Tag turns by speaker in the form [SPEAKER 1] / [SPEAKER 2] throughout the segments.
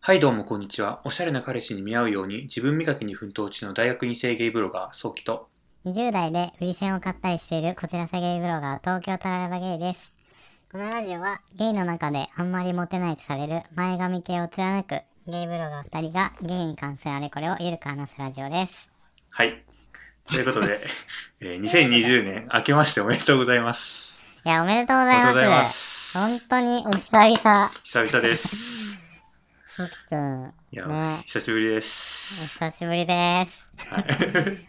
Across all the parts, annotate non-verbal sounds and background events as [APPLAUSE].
[SPEAKER 1] はいどうもこんにちは。おしゃれな彼氏に見合うように自分磨きに奮闘中の大学院生ゲイブロガー、早期と。
[SPEAKER 2] 20代で売り線を買ったりしているこちらさゲイブロガー東京タラレバゲイですこのラジオはゲイの中であんまりモテないとされる前髪系を貫くゲイブロガー2人がゲイに関するあれこれをゆるく話すラジオです
[SPEAKER 1] はい。ということで、 [LAUGHS] えー2020年明けましておめでとうございます。
[SPEAKER 2] いやおめでとうご
[SPEAKER 1] おめで
[SPEAKER 2] ざ
[SPEAKER 1] とうご
[SPEAKER 2] います
[SPEAKER 1] ざいます。
[SPEAKER 2] 本当にお久々
[SPEAKER 1] 久々です。
[SPEAKER 2] [LAUGHS] ソキくん
[SPEAKER 1] いや、
[SPEAKER 2] ね
[SPEAKER 1] 久しぶりで
[SPEAKER 2] お
[SPEAKER 1] す。
[SPEAKER 2] 久しぶりです
[SPEAKER 1] はい。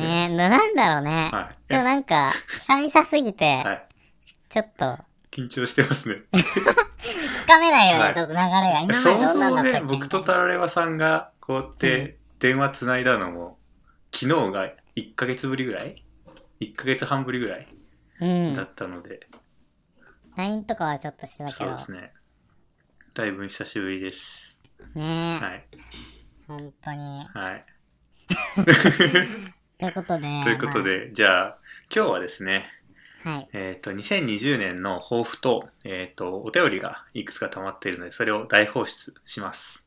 [SPEAKER 2] ねえななんだろうね、
[SPEAKER 1] は
[SPEAKER 2] ちょっとなんか久々すぎて
[SPEAKER 1] い。はい。
[SPEAKER 2] ちょっと
[SPEAKER 1] 緊張してますね。
[SPEAKER 2] つかめないよね、
[SPEAKER 1] はい
[SPEAKER 2] ちょっと流れが今ま
[SPEAKER 1] そ
[SPEAKER 2] で
[SPEAKER 1] も
[SPEAKER 2] ど
[SPEAKER 1] そ
[SPEAKER 2] んなん
[SPEAKER 1] も
[SPEAKER 2] だったっ
[SPEAKER 1] ね、
[SPEAKER 2] け
[SPEAKER 1] 僕とタラレバさんがこうやって電話つないだのも、昨日が1ヶ月ぶりぐらい ?1 ヶ月半ぶりぐらいうだ
[SPEAKER 2] ん
[SPEAKER 1] ったので、
[SPEAKER 2] LINE とかはちょっとしてたけ
[SPEAKER 1] そう
[SPEAKER 2] ど
[SPEAKER 1] ですね。だいぶ久しぶりです。
[SPEAKER 2] ねえ、
[SPEAKER 1] はい。
[SPEAKER 2] 本当に。
[SPEAKER 1] はい。
[SPEAKER 2] ということで。
[SPEAKER 1] ということで、じゃあ、今日はですね、
[SPEAKER 2] まあ。はい。
[SPEAKER 1] えっ、と、2020年の抱負と、えっ、と、お便りがいくつか溜まっているので、それを大放出します。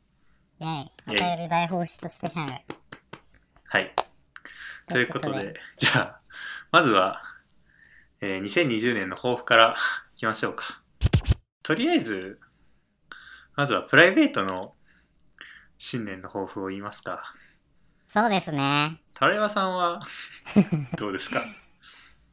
[SPEAKER 2] イェイ。お
[SPEAKER 1] イェイ
[SPEAKER 2] 便り大放出スペシャル。
[SPEAKER 1] はい。ということ
[SPEAKER 2] という
[SPEAKER 1] で、じゃあ、まずは、えー2020年の抱負から [LAUGHS] いきましょうか。とりあえず、まずはプライベートの新年の抱負を言いますか。
[SPEAKER 2] そうですね。
[SPEAKER 1] タレワさん [LAUGHS] はどうですか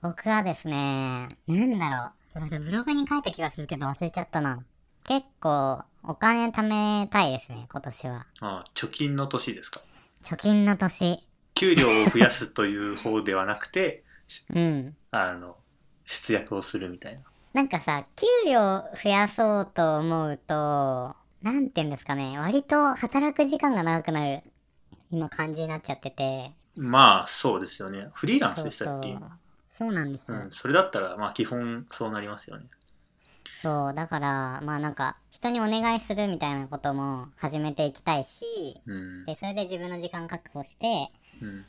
[SPEAKER 2] 僕はですね、なんだろう。ブログに書いた気がするけど忘れちゃったな。結構、お金貯めたいですね、今年は。
[SPEAKER 1] ああ貯金の年ですか
[SPEAKER 2] 貯金の年。
[SPEAKER 1] 給料を増やすという方ではなくて [LAUGHS]
[SPEAKER 2] うん。
[SPEAKER 1] あの節約をするみたいな
[SPEAKER 2] なんかさ、給料増やそうと思うと、なんて言うんですかね、割と働く時間が長くなる、今感じになっちゃってて。
[SPEAKER 1] まあそうですよねフリーランス
[SPEAKER 2] そう
[SPEAKER 1] でし
[SPEAKER 2] そ
[SPEAKER 1] たっ
[SPEAKER 2] う
[SPEAKER 1] け。
[SPEAKER 2] そうなんです。
[SPEAKER 1] うん、それだったらまあ基本そうなりますよね
[SPEAKER 2] そう、だから、まあなんか、人にお願いするみたいなことも始めていきたいし、
[SPEAKER 1] うん、
[SPEAKER 2] で、それで自分の時間確保して、
[SPEAKER 1] うん、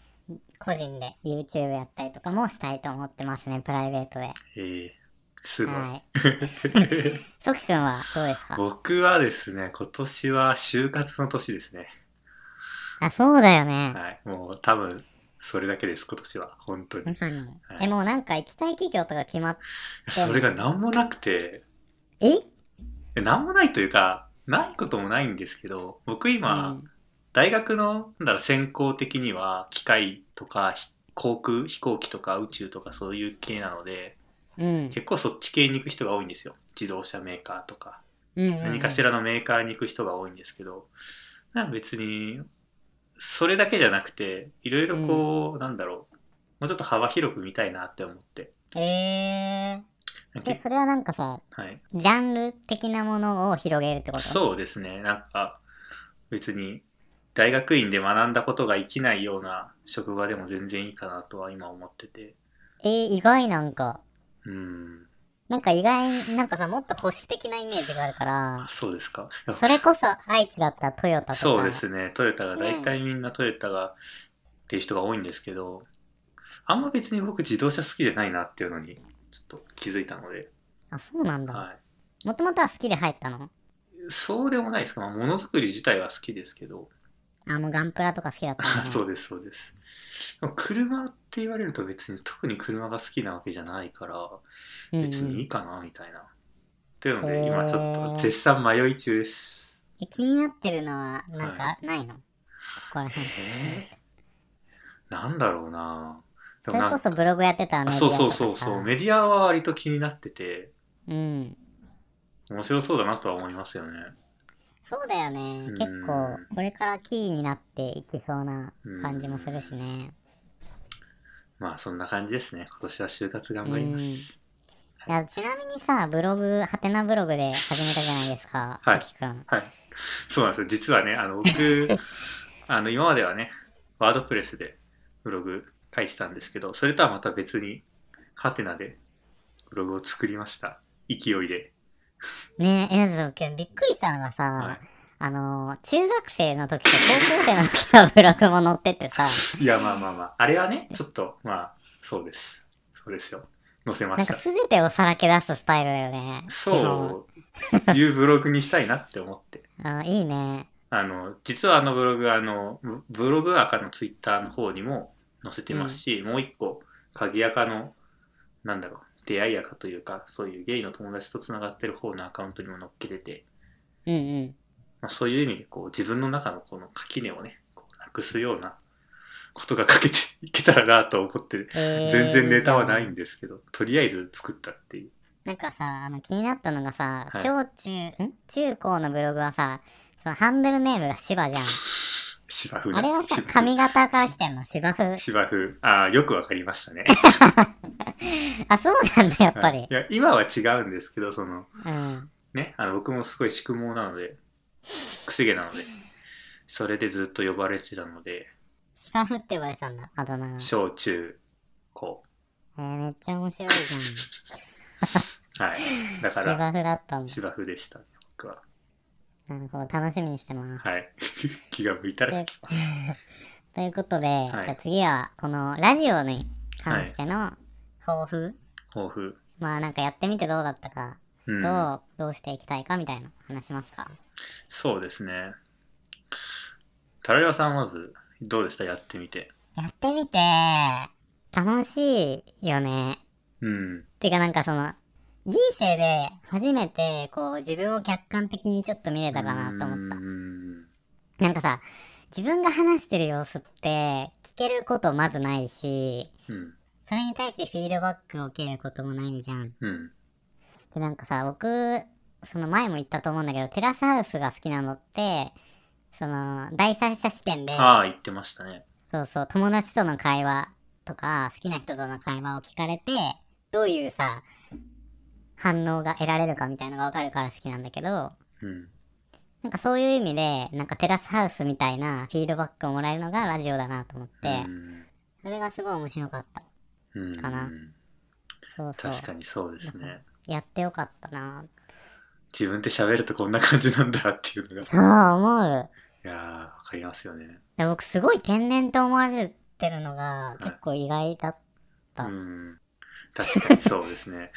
[SPEAKER 2] 個人で YouTube やったりとかもしたいと思ってますね、プライベートで。
[SPEAKER 1] ええすごい、
[SPEAKER 2] はい。 [LAUGHS] ソキくんはどうで
[SPEAKER 1] [LAUGHS]
[SPEAKER 2] すか
[SPEAKER 1] 僕はですね今年は就活の年ですね
[SPEAKER 2] あ、そうだよね。
[SPEAKER 1] はいもう多分それだけです今年は本当に
[SPEAKER 2] まさに。
[SPEAKER 1] はい
[SPEAKER 2] え、もうなんか行きたい企業とか決まっ、
[SPEAKER 1] それが何もなくて
[SPEAKER 2] え
[SPEAKER 1] え何もないというかないこともないんですけど僕今、
[SPEAKER 2] うん
[SPEAKER 1] 大学のなんだろう専攻的には機械とかひ航空飛行機とか宇宙とかそういう系なので
[SPEAKER 2] うん。
[SPEAKER 1] 結構そっち系に行く人が多いんですよ自動車メーカーとか
[SPEAKER 2] うんうん
[SPEAKER 1] 何かしらのメーカーに行く人が多いんですけどなんか別にそれだけじゃなくていろいろこう、なんだろうもうちょっと幅広く見たいなって思って、
[SPEAKER 2] えー。え、それはなんかさ、
[SPEAKER 1] はい、
[SPEAKER 2] ジャンル的なものを広げるってこと
[SPEAKER 1] そうですねなんか別に大学院で学んだことが生きないような職場でも全然いいかなとは今思ってて
[SPEAKER 2] えー、意外なんか。
[SPEAKER 1] うん
[SPEAKER 2] なんか意外になんかさ、もっと保守的なイメージがあるから
[SPEAKER 1] あ、そうですか
[SPEAKER 2] それこそ愛知だったらトヨタとか。
[SPEAKER 1] そうですねトヨタが大体みんなトヨタが、っていう人が多いんですけどあんま別に僕自動車好きでないなっていうのにちょっと気づいたので、
[SPEAKER 2] あ、そうなんだ。
[SPEAKER 1] はい、
[SPEAKER 2] もともとは好きで入ったの
[SPEAKER 1] そうでもないですかまあものづくり自体は好きですけど、
[SPEAKER 2] あ、もうガンプラとか好きだったんだ、
[SPEAKER 1] [LAUGHS]
[SPEAKER 2] ね。
[SPEAKER 1] そうですそうですでも車って言われると別に特に車が好きなわけじゃないから
[SPEAKER 2] うんうん
[SPEAKER 1] 別にいいかなみたいな。というの
[SPEAKER 2] へ
[SPEAKER 1] で、
[SPEAKER 2] ー
[SPEAKER 1] 今ちょっと絶賛迷い中です。
[SPEAKER 2] え気になってるのは、なんかないの、ここら辺。
[SPEAKER 1] えーなんだろうなで
[SPEAKER 2] そ
[SPEAKER 1] も
[SPEAKER 2] れ
[SPEAKER 1] なん
[SPEAKER 2] こそブログやってたら
[SPEAKER 1] あ
[SPEAKER 2] メディ
[SPEAKER 1] そ
[SPEAKER 2] ア
[SPEAKER 1] う
[SPEAKER 2] とか
[SPEAKER 1] そ
[SPEAKER 2] さ
[SPEAKER 1] うそうそう、メディアは割と気になってて、
[SPEAKER 2] うん。
[SPEAKER 1] 面白そうだなとは思いますよね。
[SPEAKER 2] そうだよね。結構、これからキーになっていきそうな感じもするしね。
[SPEAKER 1] まあそんな感じですね。今年は就活頑張ります。
[SPEAKER 2] うんいやちなみにさ、ブログ、ハテナブログで始めたじゃないですか、
[SPEAKER 1] はい
[SPEAKER 2] さきくん。
[SPEAKER 1] はい。そうなんですよ。実はね、あの
[SPEAKER 2] [LAUGHS]
[SPEAKER 1] 僕、あの今まではね、ワードプレスでブログ書いてたんですけど、それとはまた別に、ハテナでブログを作りました。勢いで。
[SPEAKER 2] ねえ、えなんかびっくりしたのがさ、
[SPEAKER 1] はい
[SPEAKER 2] あのー、中学生の時と高校生の時のブログも載っててさ、
[SPEAKER 1] いや、まあまあまあ、あれはね、ちょっと、まあ、そうです。そうですよ。載せま
[SPEAKER 2] なん
[SPEAKER 1] し
[SPEAKER 2] か
[SPEAKER 1] た。
[SPEAKER 2] 全てをさらけ出すスタイルだよね。基本
[SPEAKER 1] そういうブログにしたいなって思って。
[SPEAKER 2] あいいね。
[SPEAKER 1] あの、実はあのブログ、あの、ブブログ赤のツイッターの方にも載せてますし、もう一個、鍵赤の、なんだろう、出会い赤というか、そういうゲイの友達とつながってる方のアカウントにも載っけてて、
[SPEAKER 2] うんうん。
[SPEAKER 1] まあ、そういう意味で、こう、自分の中のこの垣根をね、こうなくすようなことが書けていけたらなと思ってる、
[SPEAKER 2] えー
[SPEAKER 1] 全然ネタはない
[SPEAKER 2] いいじゃん
[SPEAKER 1] んですけど、とりあえず作ったっていう。
[SPEAKER 2] なんかさ、あの気になったのがさ、
[SPEAKER 1] はい
[SPEAKER 2] 小中、ん中高のブログはさ、そのハンドルネームが芝じゃん。
[SPEAKER 1] 芝生
[SPEAKER 2] あれはさ、
[SPEAKER 1] 芝生
[SPEAKER 2] 髪型から来てんの芝生。
[SPEAKER 1] 芝生。ああ、よくわかりましたね。
[SPEAKER 2] あ、そうなん [LAUGHS] だ、やっぱ
[SPEAKER 1] はい
[SPEAKER 2] り
[SPEAKER 1] い。や、今は違うんですけど、その、
[SPEAKER 2] うん。
[SPEAKER 1] ね、あの僕もすごい宿毛なので、くせ毛なので、それでずっと呼ばれてたので、
[SPEAKER 2] 芝生って呼ばれてたんだ、あだ名が。
[SPEAKER 1] 小中高。
[SPEAKER 2] えー、めっちゃ面白いじゃん。
[SPEAKER 1] はい。だ [LAUGHS] か
[SPEAKER 2] 芝
[SPEAKER 1] ら、
[SPEAKER 2] 生だったんだ。
[SPEAKER 1] 芝生でした、ね、僕は。
[SPEAKER 2] なるほど、楽しみにしてます。
[SPEAKER 1] はい。 [LAUGHS] 気が向いたら。
[SPEAKER 2] でということで、
[SPEAKER 1] い
[SPEAKER 2] じゃあ次は、このラジオに関しての抱負、
[SPEAKER 1] 抱負。
[SPEAKER 2] まあなんかやってみてどうだったか、
[SPEAKER 1] うん。
[SPEAKER 2] どう、どうしていきたいかみたいな話しますか
[SPEAKER 1] そうですね。タラヤさん、まず、どうでしたやってみて。
[SPEAKER 2] やってみて、楽しいよね。
[SPEAKER 1] うん。
[SPEAKER 2] てかなんかその、人生で初めてこう自分を客観的にちょっと見れたかなと思った。
[SPEAKER 1] うん。
[SPEAKER 2] なんかさ、自分が話してる様子って聞けることまずないし、
[SPEAKER 1] うん。
[SPEAKER 2] それに対してフィードバックを受けることもないじゃん。
[SPEAKER 1] うん。
[SPEAKER 2] でなんかさ僕その前も言ったと思うんだけどテラスハウスが好きなのってその第三者視点で
[SPEAKER 1] ああ、言ってましたね。
[SPEAKER 2] そうそう友達との会話とか好きな人との会話を聞かれてどういうさ反応が得られるかみたいのが分かるから好きなんだけど
[SPEAKER 1] うん。
[SPEAKER 2] なんかそういう意味でなんかテラスハウスみたいなフィードバックをもらえるのがラジオだなと思って、
[SPEAKER 1] うん
[SPEAKER 2] それがすごい面白かった
[SPEAKER 1] うん、
[SPEAKER 2] かなそうそう
[SPEAKER 1] 確かにそうですね。
[SPEAKER 2] やってよかったな
[SPEAKER 1] 自分って喋るとこんな感じなんだってい
[SPEAKER 2] [LAUGHS]
[SPEAKER 1] うのが。い
[SPEAKER 2] そう思う
[SPEAKER 1] やー、わかりますよね。
[SPEAKER 2] で僕すごい天然と思われてるのが結構意外だっ
[SPEAKER 1] う
[SPEAKER 2] あ
[SPEAKER 1] ん。確かにそうですね。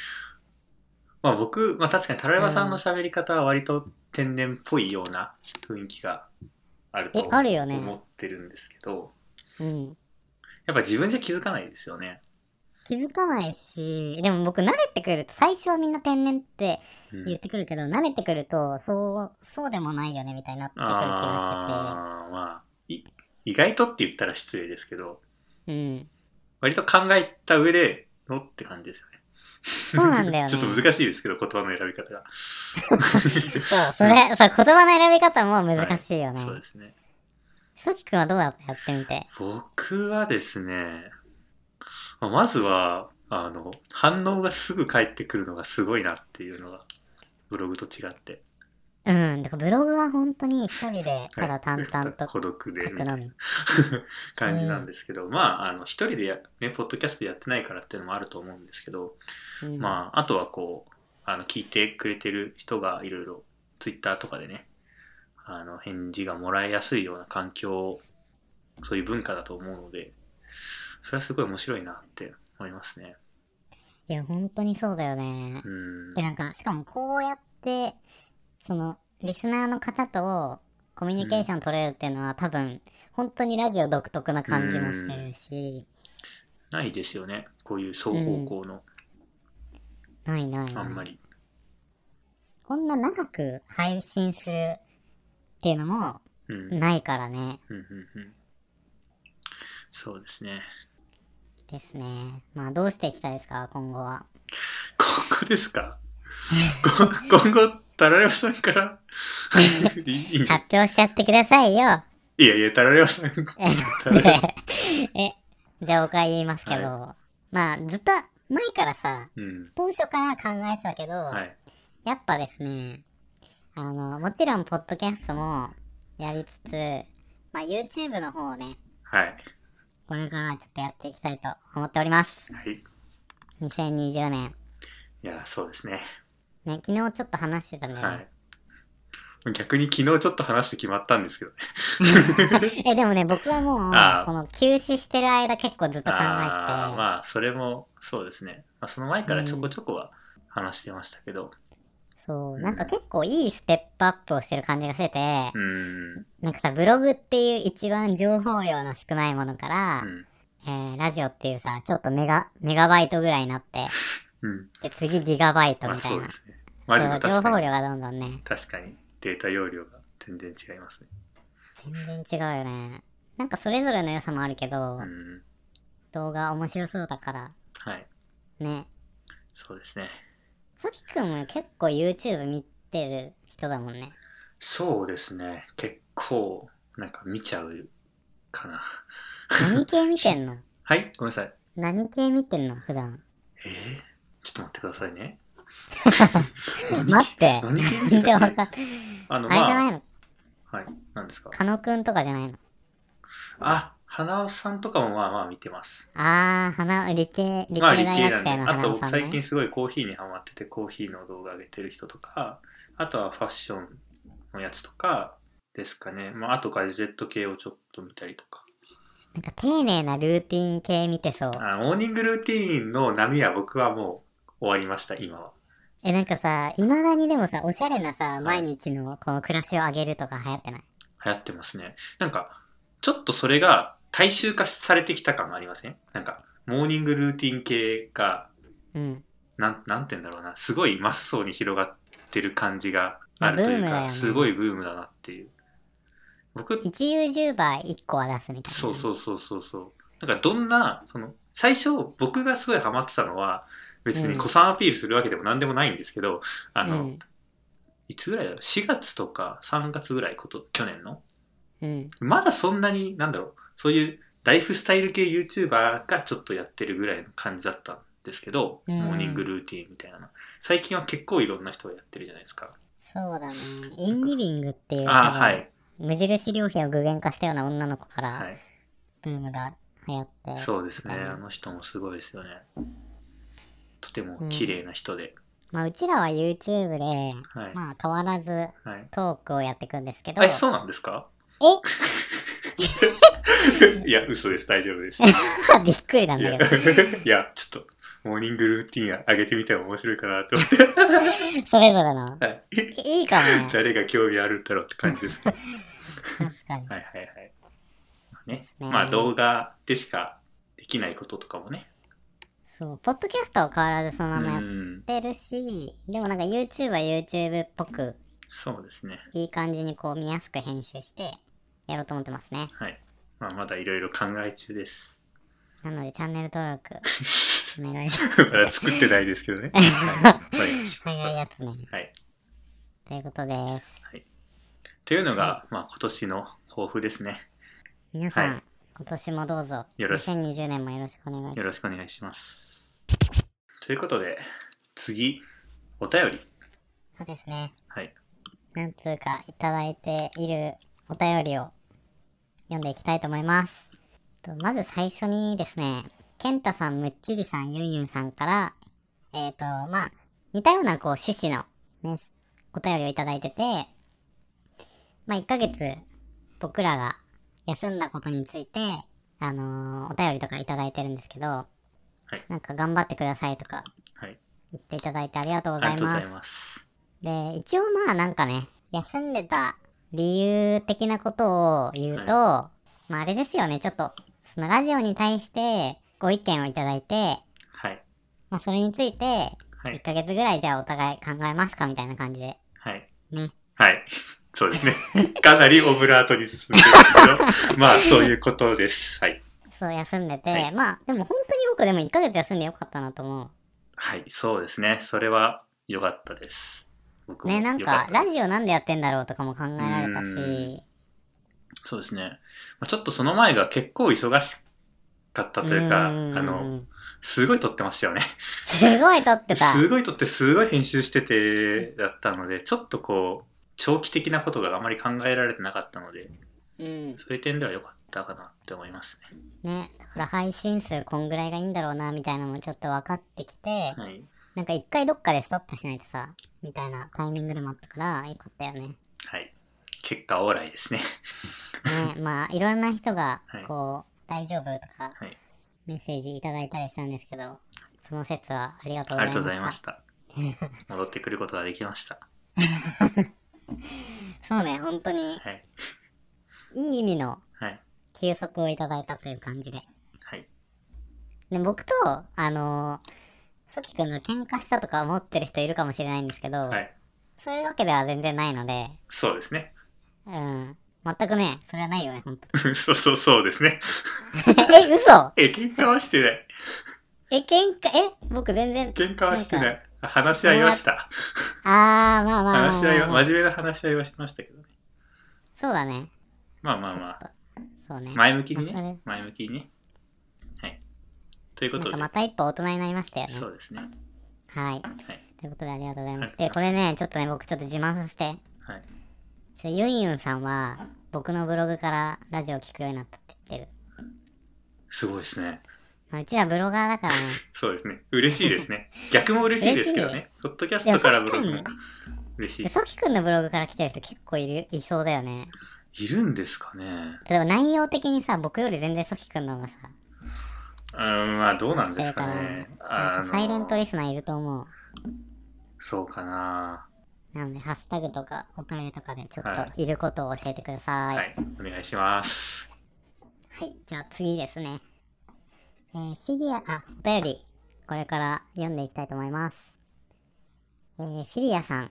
[SPEAKER 1] [LAUGHS] まあ僕、まあ確かに、タラヤさんの喋り方は割と天然っぽいような雰囲気があると
[SPEAKER 2] えあるよね
[SPEAKER 1] 思ってるんですけど、
[SPEAKER 2] た、うん、
[SPEAKER 1] やっぱ自分じゃ気づかないですよね。
[SPEAKER 2] 気づかないしでも僕慣れてくると最初はみんな天然って
[SPEAKER 1] うん
[SPEAKER 2] 言ってくるけど、慣れてくるとそうそうでもないよねみたいになってくる気が
[SPEAKER 1] あーまあい、意外とって言ったら失礼ですけど、
[SPEAKER 2] してて、うん、
[SPEAKER 1] 割と考えた上でのって感じですよね。
[SPEAKER 2] そうなんだよ
[SPEAKER 1] [LAUGHS]
[SPEAKER 2] ね
[SPEAKER 1] ちょっと難しいですけど、言葉の選び方が。
[SPEAKER 2] そうそれそれ言葉の選び方も難しいよね、
[SPEAKER 1] そうですね。
[SPEAKER 2] ソキ君はどうだったやってみて
[SPEAKER 1] 僕はですね、まあまずは、あの、反応がすぐ返ってくるのがすごいなっていうのが、ブログと違って。
[SPEAKER 2] うんだからブログは本当に一人でただ淡々と書
[SPEAKER 1] 孤独で、み
[SPEAKER 2] く
[SPEAKER 1] たいな
[SPEAKER 2] のみ
[SPEAKER 1] 感じなんですけど、まあ、あの、一人でや、ね、ポッドキャストやってないからっていうのもあると思うんですけど、
[SPEAKER 2] うん
[SPEAKER 1] まあ、あとはこう、あの、聞いてくれてる人がいろいろ、ツイッターとかでね、あの、返事がもらいやすいような環境、そういう文化だと思うので、それはすごい面白いなって思いますね。
[SPEAKER 2] いや本当にそうだよね
[SPEAKER 1] うん
[SPEAKER 2] で、。なんか、しかもこうやって、その、リスナーの方とコミュニケーション取れるっていうのは、多分、本当にラジオ独特な感じもしてるし、
[SPEAKER 1] ないですよね。こういう双方向の、
[SPEAKER 2] ないない
[SPEAKER 1] あんま
[SPEAKER 2] ない。
[SPEAKER 1] り。
[SPEAKER 2] こんな長く配信するっていうのも
[SPEAKER 1] うん。うん、うん、
[SPEAKER 2] ないからね。
[SPEAKER 1] うん。そうですね。
[SPEAKER 2] ですね。まあ、どうしていきたいですか、今後は。
[SPEAKER 1] 今後です [LAUGHS] かこ今後、タラレバさんから [LAUGHS] いいいいんじゃ
[SPEAKER 2] 発表しちゃってくださいよ。
[SPEAKER 1] いやいや、タラレバさん。タラレ [LAUGHS] バ
[SPEAKER 2] え、じゃあ僕は言いますけど、まあ、ずっと前からさ、
[SPEAKER 1] うん。
[SPEAKER 2] 当初から考えてたけど、
[SPEAKER 1] はい。
[SPEAKER 2] やっぱですね、あの、もちろん、ポッドキャストもやりつつ、まあ、YouTube の方をね、
[SPEAKER 1] はい。
[SPEAKER 2] これからちょっとやっていきたいと思っております。
[SPEAKER 1] はい。い
[SPEAKER 2] 2020年。
[SPEAKER 1] や、そうですね。
[SPEAKER 2] ね、昨日ちょっと話してたんだよ
[SPEAKER 1] は
[SPEAKER 2] ね。
[SPEAKER 1] い。逆に昨日ちょっと話して決まったんですけどね。
[SPEAKER 2] え、でもね、僕はも
[SPEAKER 1] あー
[SPEAKER 2] う、この休止してる間結構ずっと考えてて、
[SPEAKER 1] あーまあ、それも、そうですね。まあ、その前からちょこちょこは話してましたけど、
[SPEAKER 2] そう、なんか結構いいステップアップをしてる感じがしてて、
[SPEAKER 1] うん。
[SPEAKER 2] なんかさ、ブログっていう一番情報量の少ないものから、
[SPEAKER 1] うん。
[SPEAKER 2] えー、ラジオっていうさ、ちょっとメガ、メガバイトぐらいになって、
[SPEAKER 1] うん。
[SPEAKER 2] で、次ギガバイト
[SPEAKER 1] まあ
[SPEAKER 2] みたい
[SPEAKER 1] そう
[SPEAKER 2] な。
[SPEAKER 1] ですね。まあでも
[SPEAKER 2] そう、情
[SPEAKER 1] 確
[SPEAKER 2] 報
[SPEAKER 1] か
[SPEAKER 2] 量
[SPEAKER 1] に、
[SPEAKER 2] がどんどんね、
[SPEAKER 1] 確かにデータ容量が全然違いますね。
[SPEAKER 2] 全然違うよね。なんかそれぞれの良さもあるけど、
[SPEAKER 1] うん。
[SPEAKER 2] 動画面白そうだから、
[SPEAKER 1] はい。
[SPEAKER 2] ね。
[SPEAKER 1] そうですね。
[SPEAKER 2] さきくんも結構 YouTube 見てる人だもんね。
[SPEAKER 1] そうですね。結構、なんか見ちゃうかな。
[SPEAKER 2] 何系見てんの
[SPEAKER 1] はい、ごめんなさい。
[SPEAKER 2] 何系見てんの普段。 [LAUGHS]
[SPEAKER 1] えー、ちょっと待ってくださいね。
[SPEAKER 2] 待って。
[SPEAKER 1] 何系見
[SPEAKER 2] 全
[SPEAKER 1] て
[SPEAKER 2] 然
[SPEAKER 1] た
[SPEAKER 2] わ
[SPEAKER 1] っけ
[SPEAKER 2] かん
[SPEAKER 1] あの、
[SPEAKER 2] [LAUGHS] あれじゃ
[SPEAKER 1] ま
[SPEAKER 2] な
[SPEAKER 1] あ、
[SPEAKER 2] いの
[SPEAKER 1] はい、何ですか。
[SPEAKER 2] 狩野くんとかじゃないの
[SPEAKER 1] あ、花尾さんとかもまあまあ見てます。
[SPEAKER 2] あー、花、理系、理系
[SPEAKER 1] まあ
[SPEAKER 2] 大
[SPEAKER 1] 理系
[SPEAKER 2] 学
[SPEAKER 1] な
[SPEAKER 2] 生
[SPEAKER 1] ん
[SPEAKER 2] の
[SPEAKER 1] で。あ
[SPEAKER 2] 花尾
[SPEAKER 1] と
[SPEAKER 2] さん
[SPEAKER 1] 最
[SPEAKER 2] ね
[SPEAKER 1] 近。すごいコーヒーにハマってて、コーヒーの動画上げてる人とか、あとはファッションのやつとかですかね。まあ、あとガジェット系をちょっと見たりとか。
[SPEAKER 2] なんか丁寧なルーティン系見てそう。
[SPEAKER 1] あモーニングルーティーンの波は僕はもう終わりました、今は。
[SPEAKER 2] え、なんかさ、未だにでもさ、おしゃれなさ、毎日のこの暮らしをあげるとか流行ってない
[SPEAKER 1] 流行ってますね。なんか、ちょっとそれが大衆化されてきた感ありませんなんか、モーニングルーティン系が、
[SPEAKER 2] うん。
[SPEAKER 1] なん、なんて言うんだろうな、すごいマッソーに広がってる感じがあるという
[SPEAKER 2] まあブームだよ
[SPEAKER 1] か、
[SPEAKER 2] ね
[SPEAKER 1] すごいブームだなっていう。僕、
[SPEAKER 2] 一 YouTuber 一個は出すみたいな。
[SPEAKER 1] そうそうそうそうそう。なんかどんな、その、最初僕がすごいハマってたのは、別
[SPEAKER 2] う
[SPEAKER 1] に
[SPEAKER 2] ん
[SPEAKER 1] 子さんアピールするわけでも何でもないんですけど、あの、
[SPEAKER 2] うん
[SPEAKER 1] いつぐらいだろう ?4 月とか3月ぐらいこと、去年の
[SPEAKER 2] うん。
[SPEAKER 1] まだそんなに、なんだろう、そういうライフスタイル系 YouTuber がちょっとやってるぐらいの感じだったんですけど、
[SPEAKER 2] うん
[SPEAKER 1] モーニングルーティンみたいなの。最近は結構いろんな人がやってるじゃないですか。
[SPEAKER 2] そうだね。インリビングっていう、
[SPEAKER 1] あ
[SPEAKER 2] 多
[SPEAKER 1] あ、
[SPEAKER 2] 分
[SPEAKER 1] はい。
[SPEAKER 2] 無印良品を具現化したような女の子か
[SPEAKER 1] は
[SPEAKER 2] ら
[SPEAKER 1] い。
[SPEAKER 2] ブームが流行って。
[SPEAKER 1] そうですね。
[SPEAKER 2] そうだね
[SPEAKER 1] あの人もすごいですよね。とても綺麗な人で。
[SPEAKER 2] まあ、うちらは YouTube で、
[SPEAKER 1] はい。
[SPEAKER 2] まあ、変わらず
[SPEAKER 1] はい。
[SPEAKER 2] トークをやっていくんですけど、
[SPEAKER 1] あえ、そうなんですかえ [LAUGHS] いや、嘘です。大丈夫です。
[SPEAKER 2] [LAUGHS] びっくりなん
[SPEAKER 1] い
[SPEAKER 2] だ
[SPEAKER 1] や、
[SPEAKER 2] け
[SPEAKER 1] い
[SPEAKER 2] ど、
[SPEAKER 1] やちょっと、モーニングルーティン上げてみても面白いかなと思って。
[SPEAKER 2] それぞれ
[SPEAKER 1] は
[SPEAKER 2] の。
[SPEAKER 1] い
[SPEAKER 2] いいかも
[SPEAKER 1] [LAUGHS]
[SPEAKER 2] ね。
[SPEAKER 1] 誰が興味あるんだろうって感じですけど。
[SPEAKER 2] 確かに。
[SPEAKER 1] はいはいはい。まあね、
[SPEAKER 2] ね
[SPEAKER 1] まあ動画でしかできないこととかもね。
[SPEAKER 2] そう、ポッドキャストは変わらずその
[SPEAKER 1] う
[SPEAKER 2] ままやっ
[SPEAKER 1] ん、
[SPEAKER 2] てるし、でもなんか YouTube は YouTube っぽく、
[SPEAKER 1] そうですね。
[SPEAKER 2] いい感じにこう見やすく編集して、やろうと思ってますね。
[SPEAKER 1] はい。まあまだいろいろ考え中です。
[SPEAKER 2] なので、チャンネル登録、お願
[SPEAKER 1] [LAUGHS]
[SPEAKER 2] いします。
[SPEAKER 1] まだ作ってないですけどね。はい、お願いしました。
[SPEAKER 2] 早いやつね。
[SPEAKER 1] はい。
[SPEAKER 2] ということです。
[SPEAKER 1] というのが、まあ今年の抱負ですね。
[SPEAKER 2] 皆さん、
[SPEAKER 1] はい
[SPEAKER 2] 今年もどうぞ、
[SPEAKER 1] よろしく
[SPEAKER 2] 2020年もよろしくお願いします
[SPEAKER 1] よ。ろしくお願いします。ということで、次、お便り。
[SPEAKER 2] そうですね。
[SPEAKER 1] はい。
[SPEAKER 2] なんつうか、いただいているお便りを読んでいきたいと思います。とまず最初にですね、ケンタさん、ムッチリさん、ユンユンさんから、えっ、と、まあ、似たようなこう趣旨の、ね、お便りをいただいてて、まあ、1ヶ月僕らが休んだことについて、あのーお便りとかいただいてるんですけど、
[SPEAKER 1] い
[SPEAKER 2] なんか頑張ってくださいとか
[SPEAKER 1] はい。
[SPEAKER 2] 言っていただいてありがとう
[SPEAKER 1] あ
[SPEAKER 2] ご
[SPEAKER 1] り
[SPEAKER 2] ざ
[SPEAKER 1] が
[SPEAKER 2] い
[SPEAKER 1] とうござ
[SPEAKER 2] ま
[SPEAKER 1] いま
[SPEAKER 2] す。
[SPEAKER 1] す。
[SPEAKER 2] で、一応まあなんかね、休んでた理由的なことを言うと、まああれですよね、ちょっと、そのラジオに対してご意見をいただいて、
[SPEAKER 1] はい。
[SPEAKER 2] まあそれについて、
[SPEAKER 1] は
[SPEAKER 2] 1
[SPEAKER 1] い。
[SPEAKER 2] ヶ月ぐらいじゃあお互い考えますかみたいな感じで。
[SPEAKER 1] はい。
[SPEAKER 2] ね
[SPEAKER 1] はい。そうですね。 [LAUGHS] かなりオブラートに進んでます
[SPEAKER 2] [LAUGHS]
[SPEAKER 1] けど、まあそういうことです。はい。
[SPEAKER 2] そう休んでて、
[SPEAKER 1] はい
[SPEAKER 2] まあでも本当に僕でも1ヶ月休んでよかったなと思
[SPEAKER 1] はい、そうですね。それは良かったです。僕
[SPEAKER 2] う。
[SPEAKER 1] も
[SPEAKER 2] ね、なん
[SPEAKER 1] 良か
[SPEAKER 2] か
[SPEAKER 1] った
[SPEAKER 2] ラジオなんでやってんだろうとかも考えられたし、
[SPEAKER 1] そうですね。まあちょっとその前が結構忙しかったというか、あ
[SPEAKER 2] ん
[SPEAKER 1] の、、すごい撮ってましたよね。
[SPEAKER 2] すごい撮ってた。
[SPEAKER 1] すごい撮って、すごい編集してて、だったので、ちょっとこう、長期的なことがあまり考えられてなかったので、
[SPEAKER 2] うん。
[SPEAKER 1] そういう点では良かったかなって思いますね。
[SPEAKER 2] ね、だから配信数こんぐらいがいいんだろうなみたいなのもちょっと分かってきて、
[SPEAKER 1] はい。
[SPEAKER 2] なんか一回どっかでストップしないとさ、みたいなタイミングでもあったから、よかった
[SPEAKER 1] [LAUGHS]
[SPEAKER 2] よね。ね、
[SPEAKER 1] はい。結果オーライですね。
[SPEAKER 2] まあいろんな人が
[SPEAKER 1] はい、
[SPEAKER 2] こう、大丈夫とか
[SPEAKER 1] はい、
[SPEAKER 2] メッセージいただいたりしたんですけど、その説はありがとう
[SPEAKER 1] ありがとう
[SPEAKER 2] ご
[SPEAKER 1] ござ
[SPEAKER 2] ざ
[SPEAKER 1] い
[SPEAKER 2] い
[SPEAKER 1] ま
[SPEAKER 2] ま
[SPEAKER 1] し。
[SPEAKER 2] した
[SPEAKER 1] 戻ってくることができました。
[SPEAKER 2] そうね、本当に
[SPEAKER 1] はい。
[SPEAKER 2] いい意味の
[SPEAKER 1] はい。
[SPEAKER 2] 休息をいただいたという感じで。
[SPEAKER 1] はい。
[SPEAKER 2] で僕と、あのー、ソキ君の喧嘩したとか思ってる人いるかもしれないんですけど、
[SPEAKER 1] はい。
[SPEAKER 2] そういうわけでは全然ないので、
[SPEAKER 1] そうですね。 [LAUGHS]
[SPEAKER 2] うん。全くね、それはないよね、ほんと。
[SPEAKER 1] そうそうそうですね。
[SPEAKER 2] [LAUGHS] え、嘘
[SPEAKER 1] え、喧嘩はしてない。
[SPEAKER 2] え、喧嘩、え僕全然。
[SPEAKER 1] 喧嘩はしてない。話し合いはした。
[SPEAKER 2] あー、まあまあまあまあ、まあ。
[SPEAKER 1] 話し合いは、真面目な話し合いはしましたけどね。
[SPEAKER 2] そうだね。
[SPEAKER 1] まあまあまあ、
[SPEAKER 2] そうね。
[SPEAKER 1] 前向きに
[SPEAKER 2] まあそ
[SPEAKER 1] ね
[SPEAKER 2] れ。
[SPEAKER 1] 前向きにね。はい。というこ
[SPEAKER 2] なん
[SPEAKER 1] と
[SPEAKER 2] か
[SPEAKER 1] で、
[SPEAKER 2] また一歩大人になりましたよね。
[SPEAKER 1] そうですね。
[SPEAKER 2] はい。
[SPEAKER 1] はい。
[SPEAKER 2] ということでありがとうございま
[SPEAKER 1] あ
[SPEAKER 2] す。
[SPEAKER 1] り
[SPEAKER 2] で、
[SPEAKER 1] が
[SPEAKER 2] これね、ちょっとね、僕ちょっと自慢させて。
[SPEAKER 1] はい。
[SPEAKER 2] ちょユンユンさんは、僕のブログからラジオ聞くようになったって言ってる。
[SPEAKER 1] すごいですね。
[SPEAKER 2] まあ、うちはブロガーだからね。
[SPEAKER 1] そうですね。嬉しいです
[SPEAKER 2] [LAUGHS]
[SPEAKER 1] ね。逆も嬉しいですけど
[SPEAKER 2] 嬉
[SPEAKER 1] ね。ポッドキャストからブログ
[SPEAKER 2] い
[SPEAKER 1] も
[SPEAKER 2] や確
[SPEAKER 1] 嬉し
[SPEAKER 2] で、ソキ君のブログから来てる人結構いる、いそうだよね。
[SPEAKER 1] い。いるんですかね。
[SPEAKER 2] 例えば内容的にさ、僕より全然ソキ君の方がさ、
[SPEAKER 1] うん、まあどうなんですか
[SPEAKER 2] なん
[SPEAKER 1] ね。
[SPEAKER 2] な
[SPEAKER 1] あ
[SPEAKER 2] ん
[SPEAKER 1] の
[SPEAKER 2] かサイレントリスナーいると思う。
[SPEAKER 1] そうかな。
[SPEAKER 2] なので、ハッシュタグとかお便りとかでちょっ
[SPEAKER 1] は
[SPEAKER 2] といることを教えてください。
[SPEAKER 1] は
[SPEAKER 2] はい、
[SPEAKER 1] い。お願いします。
[SPEAKER 2] じゃあ次ですね。えーフィギュア、あ、お便り、これから読んでいきたいと思います。えーフィリアさん。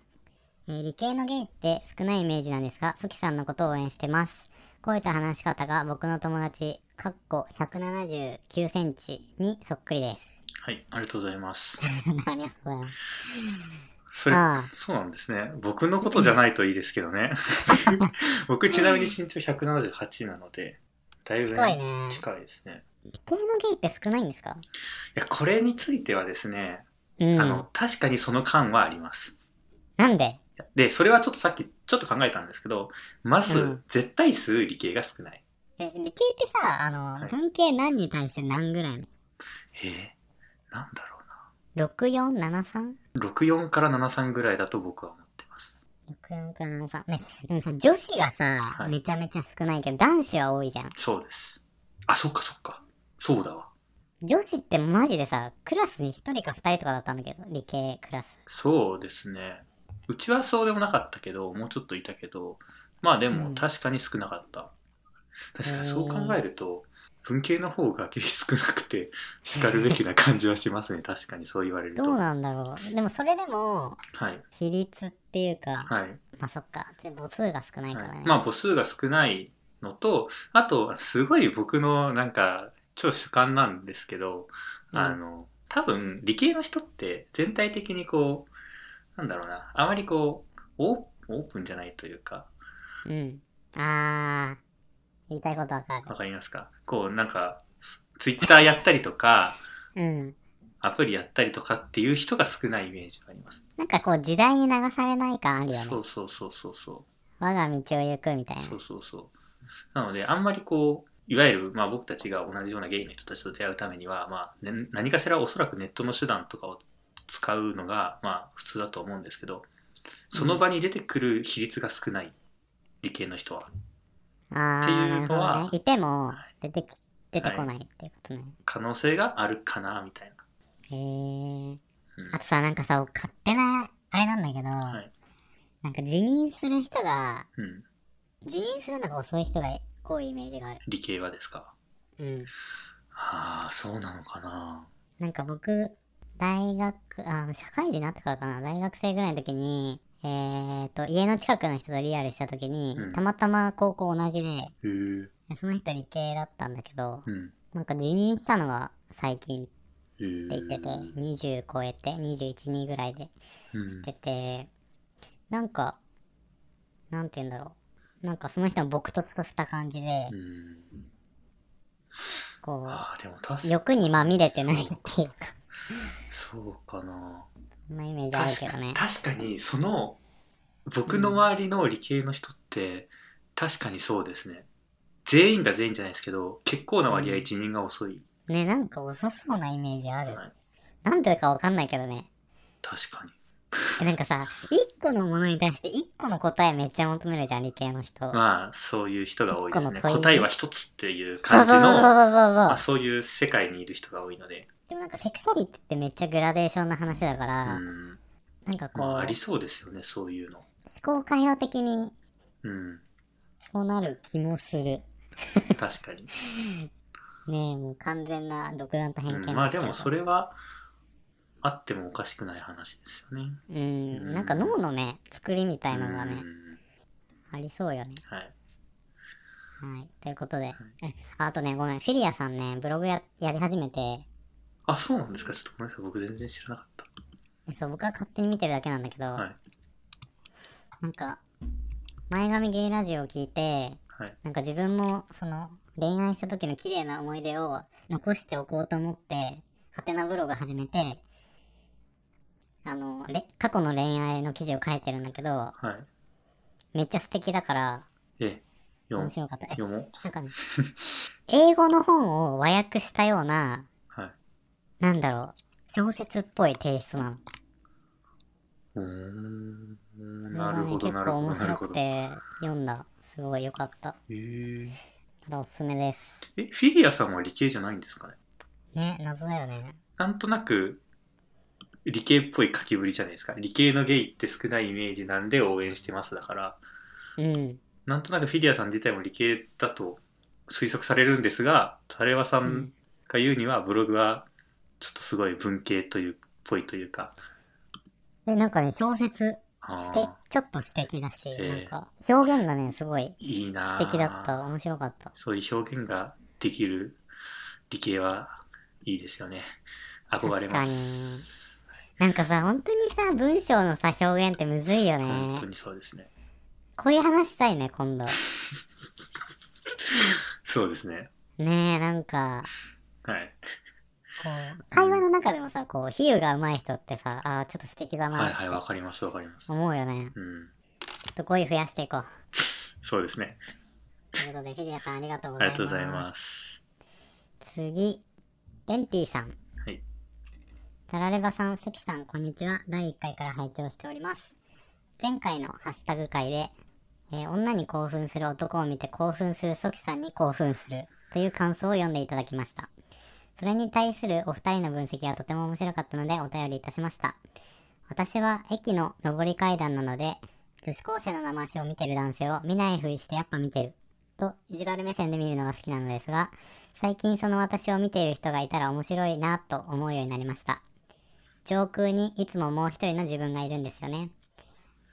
[SPEAKER 2] えー理系のゲイって少ないイメージなんですが、ソキさんのことを応援してます。こういった話し方が僕の友達、かっこ179センチにそっく
[SPEAKER 1] [LAUGHS]
[SPEAKER 2] りです。
[SPEAKER 1] はい。ありがとうございます。
[SPEAKER 2] ありがとうございます。
[SPEAKER 1] それ
[SPEAKER 2] ああ、
[SPEAKER 1] そうなんですね。僕のことじゃないといいですけど
[SPEAKER 2] [LAUGHS]
[SPEAKER 1] ね。僕ちなみに身長178なので、だいぶ、
[SPEAKER 2] 近いね。
[SPEAKER 1] 近いですね。
[SPEAKER 2] 理系のゲイって少ないんですか
[SPEAKER 1] いや、これについてはですね、
[SPEAKER 2] うん。
[SPEAKER 1] あの、確かにその感はあります。
[SPEAKER 2] なんで
[SPEAKER 1] で、それはちょっとさっきちょっと考えたんですけど、ま
[SPEAKER 2] う
[SPEAKER 1] ず
[SPEAKER 2] ん、
[SPEAKER 1] 絶対数理系が少ない。
[SPEAKER 2] え、理系ってさ、あの、
[SPEAKER 1] はい
[SPEAKER 2] 文系何に対して何ぐらいの
[SPEAKER 1] えー、なんだろ
[SPEAKER 2] ?6473?64
[SPEAKER 1] うな。64から73ぐらいだと僕は思ってます。
[SPEAKER 2] か73。ね、でもさ、女子がさ、
[SPEAKER 1] はい
[SPEAKER 2] めちゃめちゃ少ないけど、男子は多いじゃん。
[SPEAKER 1] そうです。あ、そっかそっか。そうだわ。
[SPEAKER 2] 女子ってマジでさ、クラスに1人か2人とかだったんだけど、理系クラス。
[SPEAKER 1] そうですね。うちはそうでもなかったけど、もうちょっといたけど、まあで
[SPEAKER 2] うん
[SPEAKER 1] も確かに少なかった。確かにそう考えると、文系の方がゲイ少なくて、叱るべきな感じはしますね。確かにそう言われると。
[SPEAKER 2] どうなんだろう。でもそれでも、
[SPEAKER 1] はい。
[SPEAKER 2] 比率っていうか、
[SPEAKER 1] はい。
[SPEAKER 2] まあそっか、母数が少ないからね。
[SPEAKER 1] まあ母数が少ないのとあとすごい僕のなんか超主観なんですけど、
[SPEAKER 2] うん
[SPEAKER 1] あの多分理系の人って全体的にこうなんだろうなあまりこうオーオープンじゃないというか
[SPEAKER 2] うん。あー、言いたいことわか
[SPEAKER 1] わ
[SPEAKER 2] る。
[SPEAKER 1] かりますかこうなんかツイッターやったりとか
[SPEAKER 2] うん。
[SPEAKER 1] アプリやったりとかっていう人が少ないイメージがあります。
[SPEAKER 2] なんかこう、時代に流されない感あるよ
[SPEAKER 1] そ
[SPEAKER 2] ね。
[SPEAKER 1] うそうそうそうそう。
[SPEAKER 2] 我が道を行くみたいな。
[SPEAKER 1] そうそうそう。なので、あんまりこう、いわゆる、まあ、僕たちが同じようなゲイの人たちと出会うためには、まあね、何かしらおそらくネットの手段とかを使うのが、まあ、普通だと思うんですけど、その場に出てくる比率が少ない、理系の人は。
[SPEAKER 2] あ
[SPEAKER 1] って
[SPEAKER 2] ー
[SPEAKER 1] い
[SPEAKER 2] なる
[SPEAKER 1] う
[SPEAKER 2] ほ
[SPEAKER 1] のは
[SPEAKER 2] どね。いても出てき出てこないっていうことね。
[SPEAKER 1] 可能性があるかな、みたいな。う
[SPEAKER 2] へえ。
[SPEAKER 1] ん
[SPEAKER 2] あとさなんかさ勝手なあれなんだけど、
[SPEAKER 1] い
[SPEAKER 2] なんか辞任する人が
[SPEAKER 1] うん、
[SPEAKER 2] 辞任するのが遅い人が多いイメージがある。
[SPEAKER 1] 理系はですか。
[SPEAKER 2] うん。
[SPEAKER 1] ああ、そうなのかな。
[SPEAKER 2] なんか僕大学あ社会人になってからかな大学生ぐらいの時に。えー、と家の近くの人とリアルした時に、
[SPEAKER 1] うん
[SPEAKER 2] たまたま高校同じで
[SPEAKER 1] へえ。うん。
[SPEAKER 2] でその人理系だったんだけど
[SPEAKER 1] うん
[SPEAKER 2] なんか辞任したのが最近
[SPEAKER 1] へー
[SPEAKER 2] って言ってて、20超えて、21、2ぐらいで
[SPEAKER 1] うん
[SPEAKER 2] してて、なんか、なんて言うんだろう。なんかその人は朴突とした感じで
[SPEAKER 1] う、ん。
[SPEAKER 2] こ
[SPEAKER 1] ああ、でも確か
[SPEAKER 2] う、
[SPEAKER 1] に、
[SPEAKER 2] 欲にまみれてないっていうか、
[SPEAKER 1] そうかな。
[SPEAKER 2] そんなイメージある
[SPEAKER 1] 確
[SPEAKER 2] けど
[SPEAKER 1] か
[SPEAKER 2] ね
[SPEAKER 1] に。確かにその僕の周りの理系の人って確かにそうですね全員が全員じゃないですけど結構な割
[SPEAKER 2] う
[SPEAKER 1] 合
[SPEAKER 2] ん
[SPEAKER 1] 辞任が遅い、
[SPEAKER 2] ね、なんか遅そうなイメージある
[SPEAKER 1] は。い
[SPEAKER 2] なんでかわかんないけどね。
[SPEAKER 1] 確かに
[SPEAKER 2] えなんかさ、一個のものに対して一個の答えめっちゃ求めるじゃん、理系の人。
[SPEAKER 1] まあそういう人が多いですね
[SPEAKER 2] 結構の問い
[SPEAKER 1] 答えは一つっていう
[SPEAKER 2] そうそ
[SPEAKER 1] 感
[SPEAKER 2] う
[SPEAKER 1] じ
[SPEAKER 2] そうそう
[SPEAKER 1] の
[SPEAKER 2] そ
[SPEAKER 1] ま
[SPEAKER 2] う
[SPEAKER 1] あ、。そういう世界にいる人が多いので
[SPEAKER 2] でもなんかセクシャリティってめっちゃグラデーションな話だか
[SPEAKER 1] う
[SPEAKER 2] ら、
[SPEAKER 1] ん
[SPEAKER 2] なんかこう、
[SPEAKER 1] まあ、ありそうですよね、そういうの。
[SPEAKER 2] 思考回路的に
[SPEAKER 1] うん、
[SPEAKER 2] そうなる気もする。ね
[SPEAKER 1] 確かに。
[SPEAKER 2] え、もう完全な独断と偏見
[SPEAKER 1] う
[SPEAKER 2] ですけ
[SPEAKER 1] ん、
[SPEAKER 2] ど。
[SPEAKER 1] まあでもそれはあってもおかしくない話ですよね。
[SPEAKER 2] うん、なんか脳のね、作りみたいなのがね
[SPEAKER 1] う、ん
[SPEAKER 2] ありそうよね。
[SPEAKER 1] はい。
[SPEAKER 2] はい。ということで。え [LAUGHS] あとね、ごめん。フィリアさんね、ブログややり始めて、
[SPEAKER 1] あ、そうなんですか。ちょっとごめんなさい。僕全然知らなかった。
[SPEAKER 2] えそう、僕は勝手に見てるだけなんだけど、
[SPEAKER 1] はい
[SPEAKER 2] なんか、前髪ゲイラジオを聞いて、
[SPEAKER 1] はい。
[SPEAKER 2] なんか自分も、その、恋愛した時の綺麗な思い出を残しておこうと思って、ハテナブログ始めて、あの、れ過去の恋愛の記事を書いてるんだけど、
[SPEAKER 1] はい。
[SPEAKER 2] めっちゃ素敵だから、
[SPEAKER 1] え、読
[SPEAKER 2] 面白かった。え
[SPEAKER 1] 読もう。
[SPEAKER 2] なんかね、英語の本を和訳したような、
[SPEAKER 1] はい。
[SPEAKER 2] なんだろう、小説っぽいテイストなの。
[SPEAKER 1] うーん。
[SPEAKER 2] これが
[SPEAKER 1] なる
[SPEAKER 2] ね
[SPEAKER 1] ほど、なるほど、
[SPEAKER 2] 結構
[SPEAKER 1] なる
[SPEAKER 2] 面
[SPEAKER 1] ほ
[SPEAKER 2] 白く
[SPEAKER 1] ど。へ
[SPEAKER 2] て読んだ。すごい良かった。
[SPEAKER 1] ー
[SPEAKER 2] これおすすめです。
[SPEAKER 1] え、フィギュアさんは理系じゃないんですかね
[SPEAKER 2] ね、謎だよね。
[SPEAKER 1] なんとなく理系っぽい書きぶりじゃないですか。理系のゲイって少ないイメージなんで応援してますだから、
[SPEAKER 2] うん。
[SPEAKER 1] なんとなくフィリアさん自体も理系だと推測されるんですが、タレワさんが言うにはブログはちょっとすごい文系というっぽいというか、
[SPEAKER 2] で、なんかね、小説、
[SPEAKER 1] あ
[SPEAKER 2] して
[SPEAKER 1] ー
[SPEAKER 2] ちょっと詩的だし、
[SPEAKER 1] ええ
[SPEAKER 2] なんか、表現がね、すごい
[SPEAKER 1] いいなぁ
[SPEAKER 2] 素敵だった。面白かった。
[SPEAKER 1] そういう表現ができる理系はいいですよね。憧れ
[SPEAKER 2] 確
[SPEAKER 1] ま
[SPEAKER 2] か
[SPEAKER 1] す。
[SPEAKER 2] に。なんかさ、本当にさ、文章のさ、表現ってむずいよね
[SPEAKER 1] 本当。にそうですね。
[SPEAKER 2] こういう話したいね、
[SPEAKER 1] [LAUGHS]
[SPEAKER 2] 今度。
[SPEAKER 1] そうですね。
[SPEAKER 2] ねえ、なんか、
[SPEAKER 1] はい。
[SPEAKER 2] こう、会話の中でもさ、こう、比喩が上手い人ってさ、ああ、ちょっと素敵
[SPEAKER 1] は
[SPEAKER 2] だ
[SPEAKER 1] い
[SPEAKER 2] な、
[SPEAKER 1] はい、わかります、わかります。
[SPEAKER 2] 思うよね。
[SPEAKER 1] うん。
[SPEAKER 2] ちょっと語彙増やしていこう。
[SPEAKER 1] そうですね。
[SPEAKER 2] ということで、フィリアさんありがとうご
[SPEAKER 1] あ
[SPEAKER 2] ざ
[SPEAKER 1] りが
[SPEAKER 2] います。
[SPEAKER 1] とうございます。
[SPEAKER 2] 次、レンティさん。
[SPEAKER 1] はい。
[SPEAKER 2] タラレバさん、関さん、こんにちは。第1回から拝聴しております。前回のハッシュタグ会で、えー女に興奮する男を見て興奮するソキさんに興奮するという感想を読んでいただきました。それに対するお二人の分析がとても面白かったのでお便りいたしました。私は駅の上り階段なので、女子高生の生足を見てる男性を見ないふりしてやっぱ見てる。と、意地悪目線で見るのが好きなのですが、最近その私を見ている人がいたら面白いなと思うようになりました。上空にいつももう一人の自分がいるんですよね。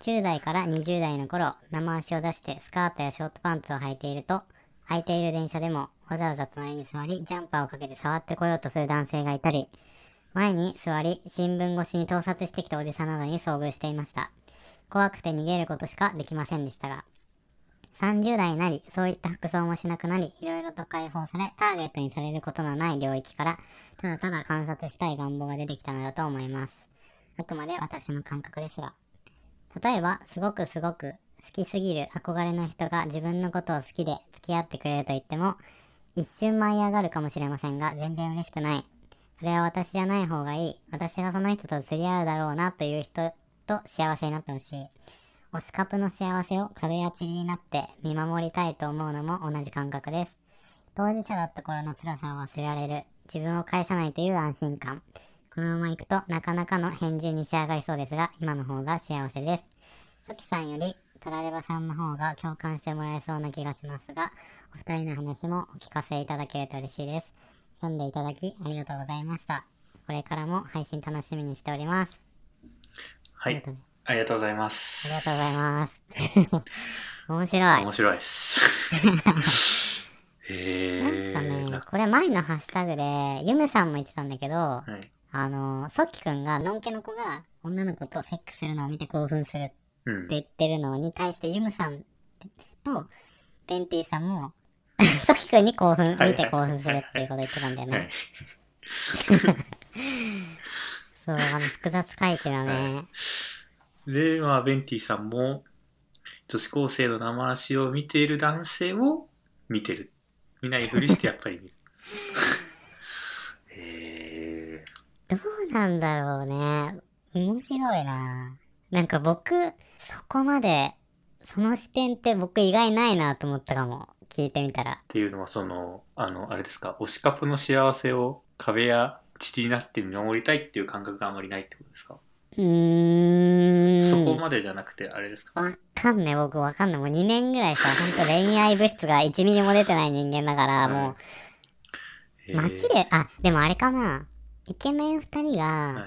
[SPEAKER 2] 10代から20代の頃、生足を出してスカートやショートパンツを履いていると、空いている電車でもわざわざ隣に座り、ジャンパーをかけて触ってこようとする男性がいたり、前に座り、新聞越しに盗撮してきたおじさんなどに遭遇していました。怖くて逃げることしかできませんでしたが、30代になり、そういった服装もしなくなり、いろいろと解放され、ターゲットにされることのない領域から、ただただ観察したい願望が出てきたのだと思います。あくまで私の感覚ですが。例えば、すごくすごく好きすぎる憧れの人が自分のことを好きで付き合ってくれると言っても、一瞬舞い上がるかもしれませんが、全然嬉しくない。それは私じゃない方がいい。私がその人と釣り合うだろうなという人と幸せになってほしい。推しカプの幸せを壁や塵になって見守りたいと思うのも同じ感覚です。当事者だった頃の辛さを忘れられる。自分を返さないという安心感。このまま行くとなかなかの変人に仕上がりそうですが、今の方が幸せです。トキさんよりタラレバさんの方が共感してもらえそうな気がしますが、お二人の話もお聞かせいただけると嬉しいです。読んでいただきありがとうございました。これからも配信楽しみにしております。
[SPEAKER 1] は
[SPEAKER 2] とう
[SPEAKER 1] い
[SPEAKER 2] こ。とで
[SPEAKER 1] ありがとうございま
[SPEAKER 2] あ
[SPEAKER 1] す
[SPEAKER 2] り。がとうございます。面白い。
[SPEAKER 1] 面白いです。 [LAUGHS] へ
[SPEAKER 2] なん
[SPEAKER 1] え
[SPEAKER 2] か
[SPEAKER 1] ー。
[SPEAKER 2] ね
[SPEAKER 1] な、
[SPEAKER 2] これ前のハッシュタグで、ゆめさんも言ってたんだけど、あ
[SPEAKER 1] はい。
[SPEAKER 2] の、そっきくんが、のんけの子が女の子とセックスするのを見て興奮するって
[SPEAKER 1] うん。
[SPEAKER 2] 言ってるのに対して、ゆむさんと、ベンティさんも、 [LAUGHS] そっきくんに興奮、
[SPEAKER 1] はい
[SPEAKER 2] 見て興奮するっていうこと言ってたんだよ
[SPEAKER 1] はい
[SPEAKER 2] ね。 [LAUGHS] そう、あの、複雑回帰だね。
[SPEAKER 1] で、まあ、ベンティさんも、女子高生の生足を見ている男性を見てる。見ないふりしてやっぱり見る。
[SPEAKER 2] [LAUGHS]
[SPEAKER 1] へえ
[SPEAKER 2] どうなんだろうね。面白いな。なんか僕、そこまで、その視点って僕意外ないなと思ったかも。聞いてみたら。
[SPEAKER 1] っていうのは、その、あの、あれですか、推しカプの幸せを壁や塵になって見守りたいっていう感覚があまりないってことですか
[SPEAKER 2] うーん。
[SPEAKER 1] そこまでじゃなくて、あれですか
[SPEAKER 2] わかんない、僕わかんない。もう2年ぐらいさ、ほんと恋愛物質が1ミリも出てない人間だから、
[SPEAKER 1] はい
[SPEAKER 2] も
[SPEAKER 1] へ
[SPEAKER 2] う、
[SPEAKER 1] ー
[SPEAKER 2] 街で、あ、でもあれかな。イケメン2人
[SPEAKER 1] は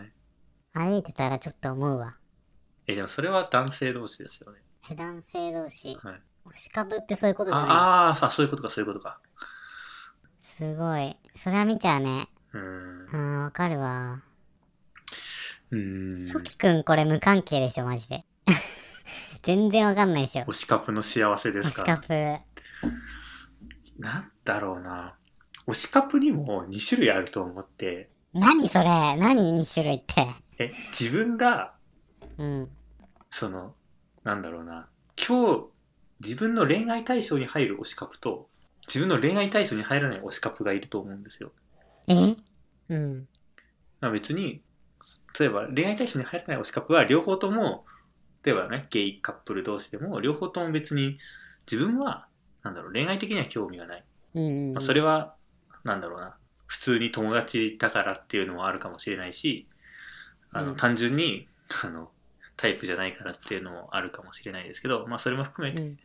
[SPEAKER 2] が
[SPEAKER 1] い、
[SPEAKER 2] 歩いてたらちょっと思うわ。
[SPEAKER 1] え、でもそれは男性同士ですよね。
[SPEAKER 2] え男性同士、
[SPEAKER 1] はい
[SPEAKER 2] 押しかぶってそういうことじゃな
[SPEAKER 1] ああー、さそういうことか、そういうことか。
[SPEAKER 2] いすごい。それは見ちゃうね。
[SPEAKER 1] うーん。う
[SPEAKER 2] うん、わかるわ。
[SPEAKER 1] ー
[SPEAKER 2] ソ
[SPEAKER 1] ん。
[SPEAKER 2] キくんこれ無関係でしょ、マジで。 [LAUGHS] 全然わかんないでしょ。
[SPEAKER 1] 推しカップの幸せで
[SPEAKER 2] 押
[SPEAKER 1] す
[SPEAKER 2] しか
[SPEAKER 1] か。
[SPEAKER 2] ぶ。
[SPEAKER 1] なんだろうな。推しカップにも2種類あると思って、
[SPEAKER 2] 何それ何 ?2 種類って。
[SPEAKER 1] え、自分が、
[SPEAKER 2] うん。
[SPEAKER 1] その、なんだろうな。今日、自分の恋愛対象に入る推しカップと、自分の恋愛対象に入らない推しカップがいると思うんですよ。
[SPEAKER 2] えうん。
[SPEAKER 1] まあ、別に、例えば恋愛対象に入らない推しカップは両方とも、例えばね、ゲイカップル同士でも、両方とも別に、自分は、なんだろう、恋愛的には興味がない。
[SPEAKER 2] うん、う
[SPEAKER 1] まあ、
[SPEAKER 2] ん。
[SPEAKER 1] それは、なんだろうな、普通に友達だからっていうのもあるかもしれないし、あ
[SPEAKER 2] う
[SPEAKER 1] の
[SPEAKER 2] ん
[SPEAKER 1] 単純に、あの、タイプじゃないからっていうのもあるかもしれないですけど、まあそれも含め
[SPEAKER 2] う
[SPEAKER 1] て
[SPEAKER 2] ん。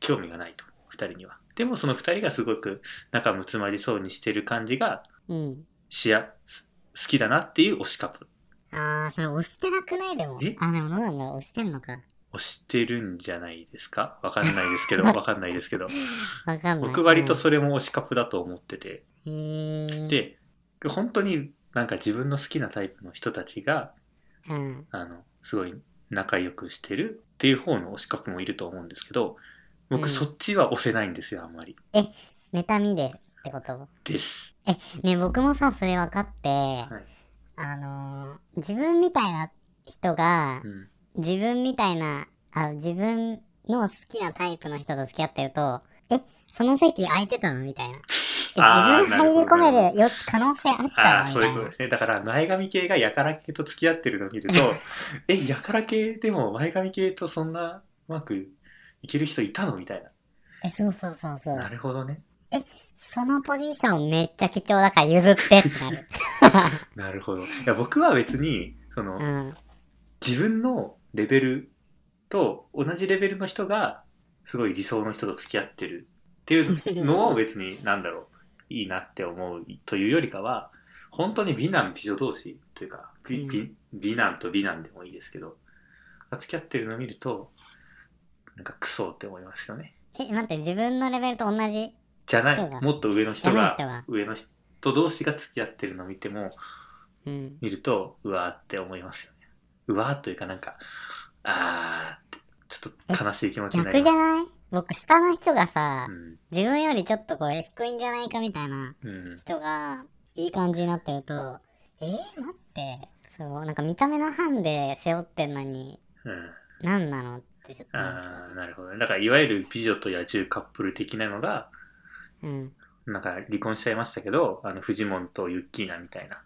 [SPEAKER 1] 興味がないと、二人には。でもその二人がすごく仲睦まじそうにしてる感じが、
[SPEAKER 2] うん。
[SPEAKER 1] しや、す好きだなっていう推しカップ。
[SPEAKER 2] あー、それ押してなくないでも。あ、
[SPEAKER 1] え
[SPEAKER 2] でもどうなんだろう押してんのか。
[SPEAKER 1] 推してるんじゃないですかわかんないですけ
[SPEAKER 2] [LAUGHS]
[SPEAKER 1] ど、わかんないですけど。
[SPEAKER 2] わかんない。
[SPEAKER 1] 僕割とそれも推しカップだと思ってて。
[SPEAKER 2] うん。へー。
[SPEAKER 1] で本当になんか自分の好きなタイプの人たちが
[SPEAKER 2] うん。
[SPEAKER 1] あのすごい仲良くしてるっていう方の推しカップもいると思うんですけど
[SPEAKER 2] うん
[SPEAKER 1] 僕そっちは押せないんですよあんまり
[SPEAKER 2] 妬みでってこと
[SPEAKER 1] です
[SPEAKER 2] ね、僕もさ、それ分かって、
[SPEAKER 1] い
[SPEAKER 2] あのー自分みたいな人が
[SPEAKER 1] う、ん
[SPEAKER 2] 自分みたいな、あ自分の好きなタイプの人と付き合ってると、え、その席空いてたのみたい
[SPEAKER 1] [LAUGHS]
[SPEAKER 2] な。え
[SPEAKER 1] あー
[SPEAKER 2] 自分入り込める余地可能性あったのみ
[SPEAKER 1] ああそう
[SPEAKER 2] た
[SPEAKER 1] いう
[SPEAKER 2] い
[SPEAKER 1] こ
[SPEAKER 2] な
[SPEAKER 1] とですねだから前髪系がやから系と付き合ってるのを見るとえやから系でも前髪系とそんなうまくいける人いたのみたい
[SPEAKER 2] えそうそうそうそ
[SPEAKER 1] な
[SPEAKER 2] う
[SPEAKER 1] なるほどね
[SPEAKER 2] そのポジションめっちゃ貴重だから譲ってってな
[SPEAKER 1] [LAUGHS]
[SPEAKER 2] る
[SPEAKER 1] なるほどいや僕は別にその、
[SPEAKER 2] うん
[SPEAKER 1] 自分のレベルと同じレベルの人がすごい理想の人と付き合ってるって
[SPEAKER 2] [LAUGHS]
[SPEAKER 1] いうのを別に何だろういいなって思うというよりかは本当に美男美女同士というか美,美、美男と美男でもいいですけど付き合ってるのを見るとなんかクソって思いますよね
[SPEAKER 2] え待って自分のレベルと同じ
[SPEAKER 1] じゃな
[SPEAKER 2] 人が
[SPEAKER 1] いもっと上の
[SPEAKER 2] じゃ
[SPEAKER 1] 人
[SPEAKER 2] ない
[SPEAKER 1] が
[SPEAKER 2] 人が
[SPEAKER 1] 上の人同士が付き合ってるのを見ても
[SPEAKER 2] うん
[SPEAKER 1] 見るとうわーって思いますよねうわーというかなんかあーってちょっと悲しい気持ちにな
[SPEAKER 2] 逆じ
[SPEAKER 1] り
[SPEAKER 2] ゃ
[SPEAKER 1] ます
[SPEAKER 2] ない僕下の人がさ
[SPEAKER 1] うん
[SPEAKER 2] 自分よりちょっとこれ低いんじゃないかみたいな
[SPEAKER 1] うん
[SPEAKER 2] 人がいい感じになってるとえー、待ってそうなんか見た目の班で背負ってんのに
[SPEAKER 1] うん
[SPEAKER 2] 何なのってちょっと思っ
[SPEAKER 1] あーなるほどねだからいわゆる美女と野獣カップル的なのが
[SPEAKER 2] たうん
[SPEAKER 1] なんか離婚しちゃいましたけどあのフジモンとユッキーナみたいな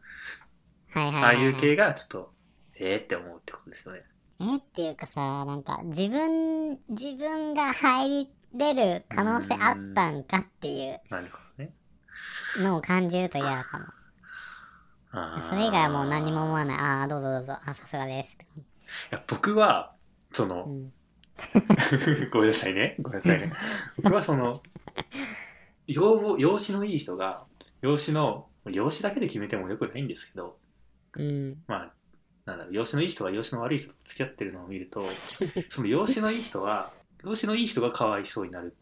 [SPEAKER 2] はいはい
[SPEAKER 1] あ
[SPEAKER 2] は
[SPEAKER 1] あ
[SPEAKER 2] い、はい、
[SPEAKER 1] いう系がちょっとえーって思うってことですよね
[SPEAKER 2] えっていうかさなんか自分自分が入り出る可能性あったんかってい
[SPEAKER 1] なるほどね
[SPEAKER 2] うのを感じると嫌かも
[SPEAKER 1] あー
[SPEAKER 2] それ以外はもう何も思わないああどうぞどうぞあさすがです
[SPEAKER 1] いや僕はその
[SPEAKER 2] う、ん
[SPEAKER 1] [LAUGHS] ごめんなさいね。ごめんなさいね。僕はその、養母養子のいい人が、養子の、養子だけで決めてもよくないんですけど、
[SPEAKER 2] うん
[SPEAKER 1] まあ、なんだろう、養子のいい人は養子の悪い人と付き合ってるのを見ると、その養子のいい人は、養子のいい人がかわいそうになる。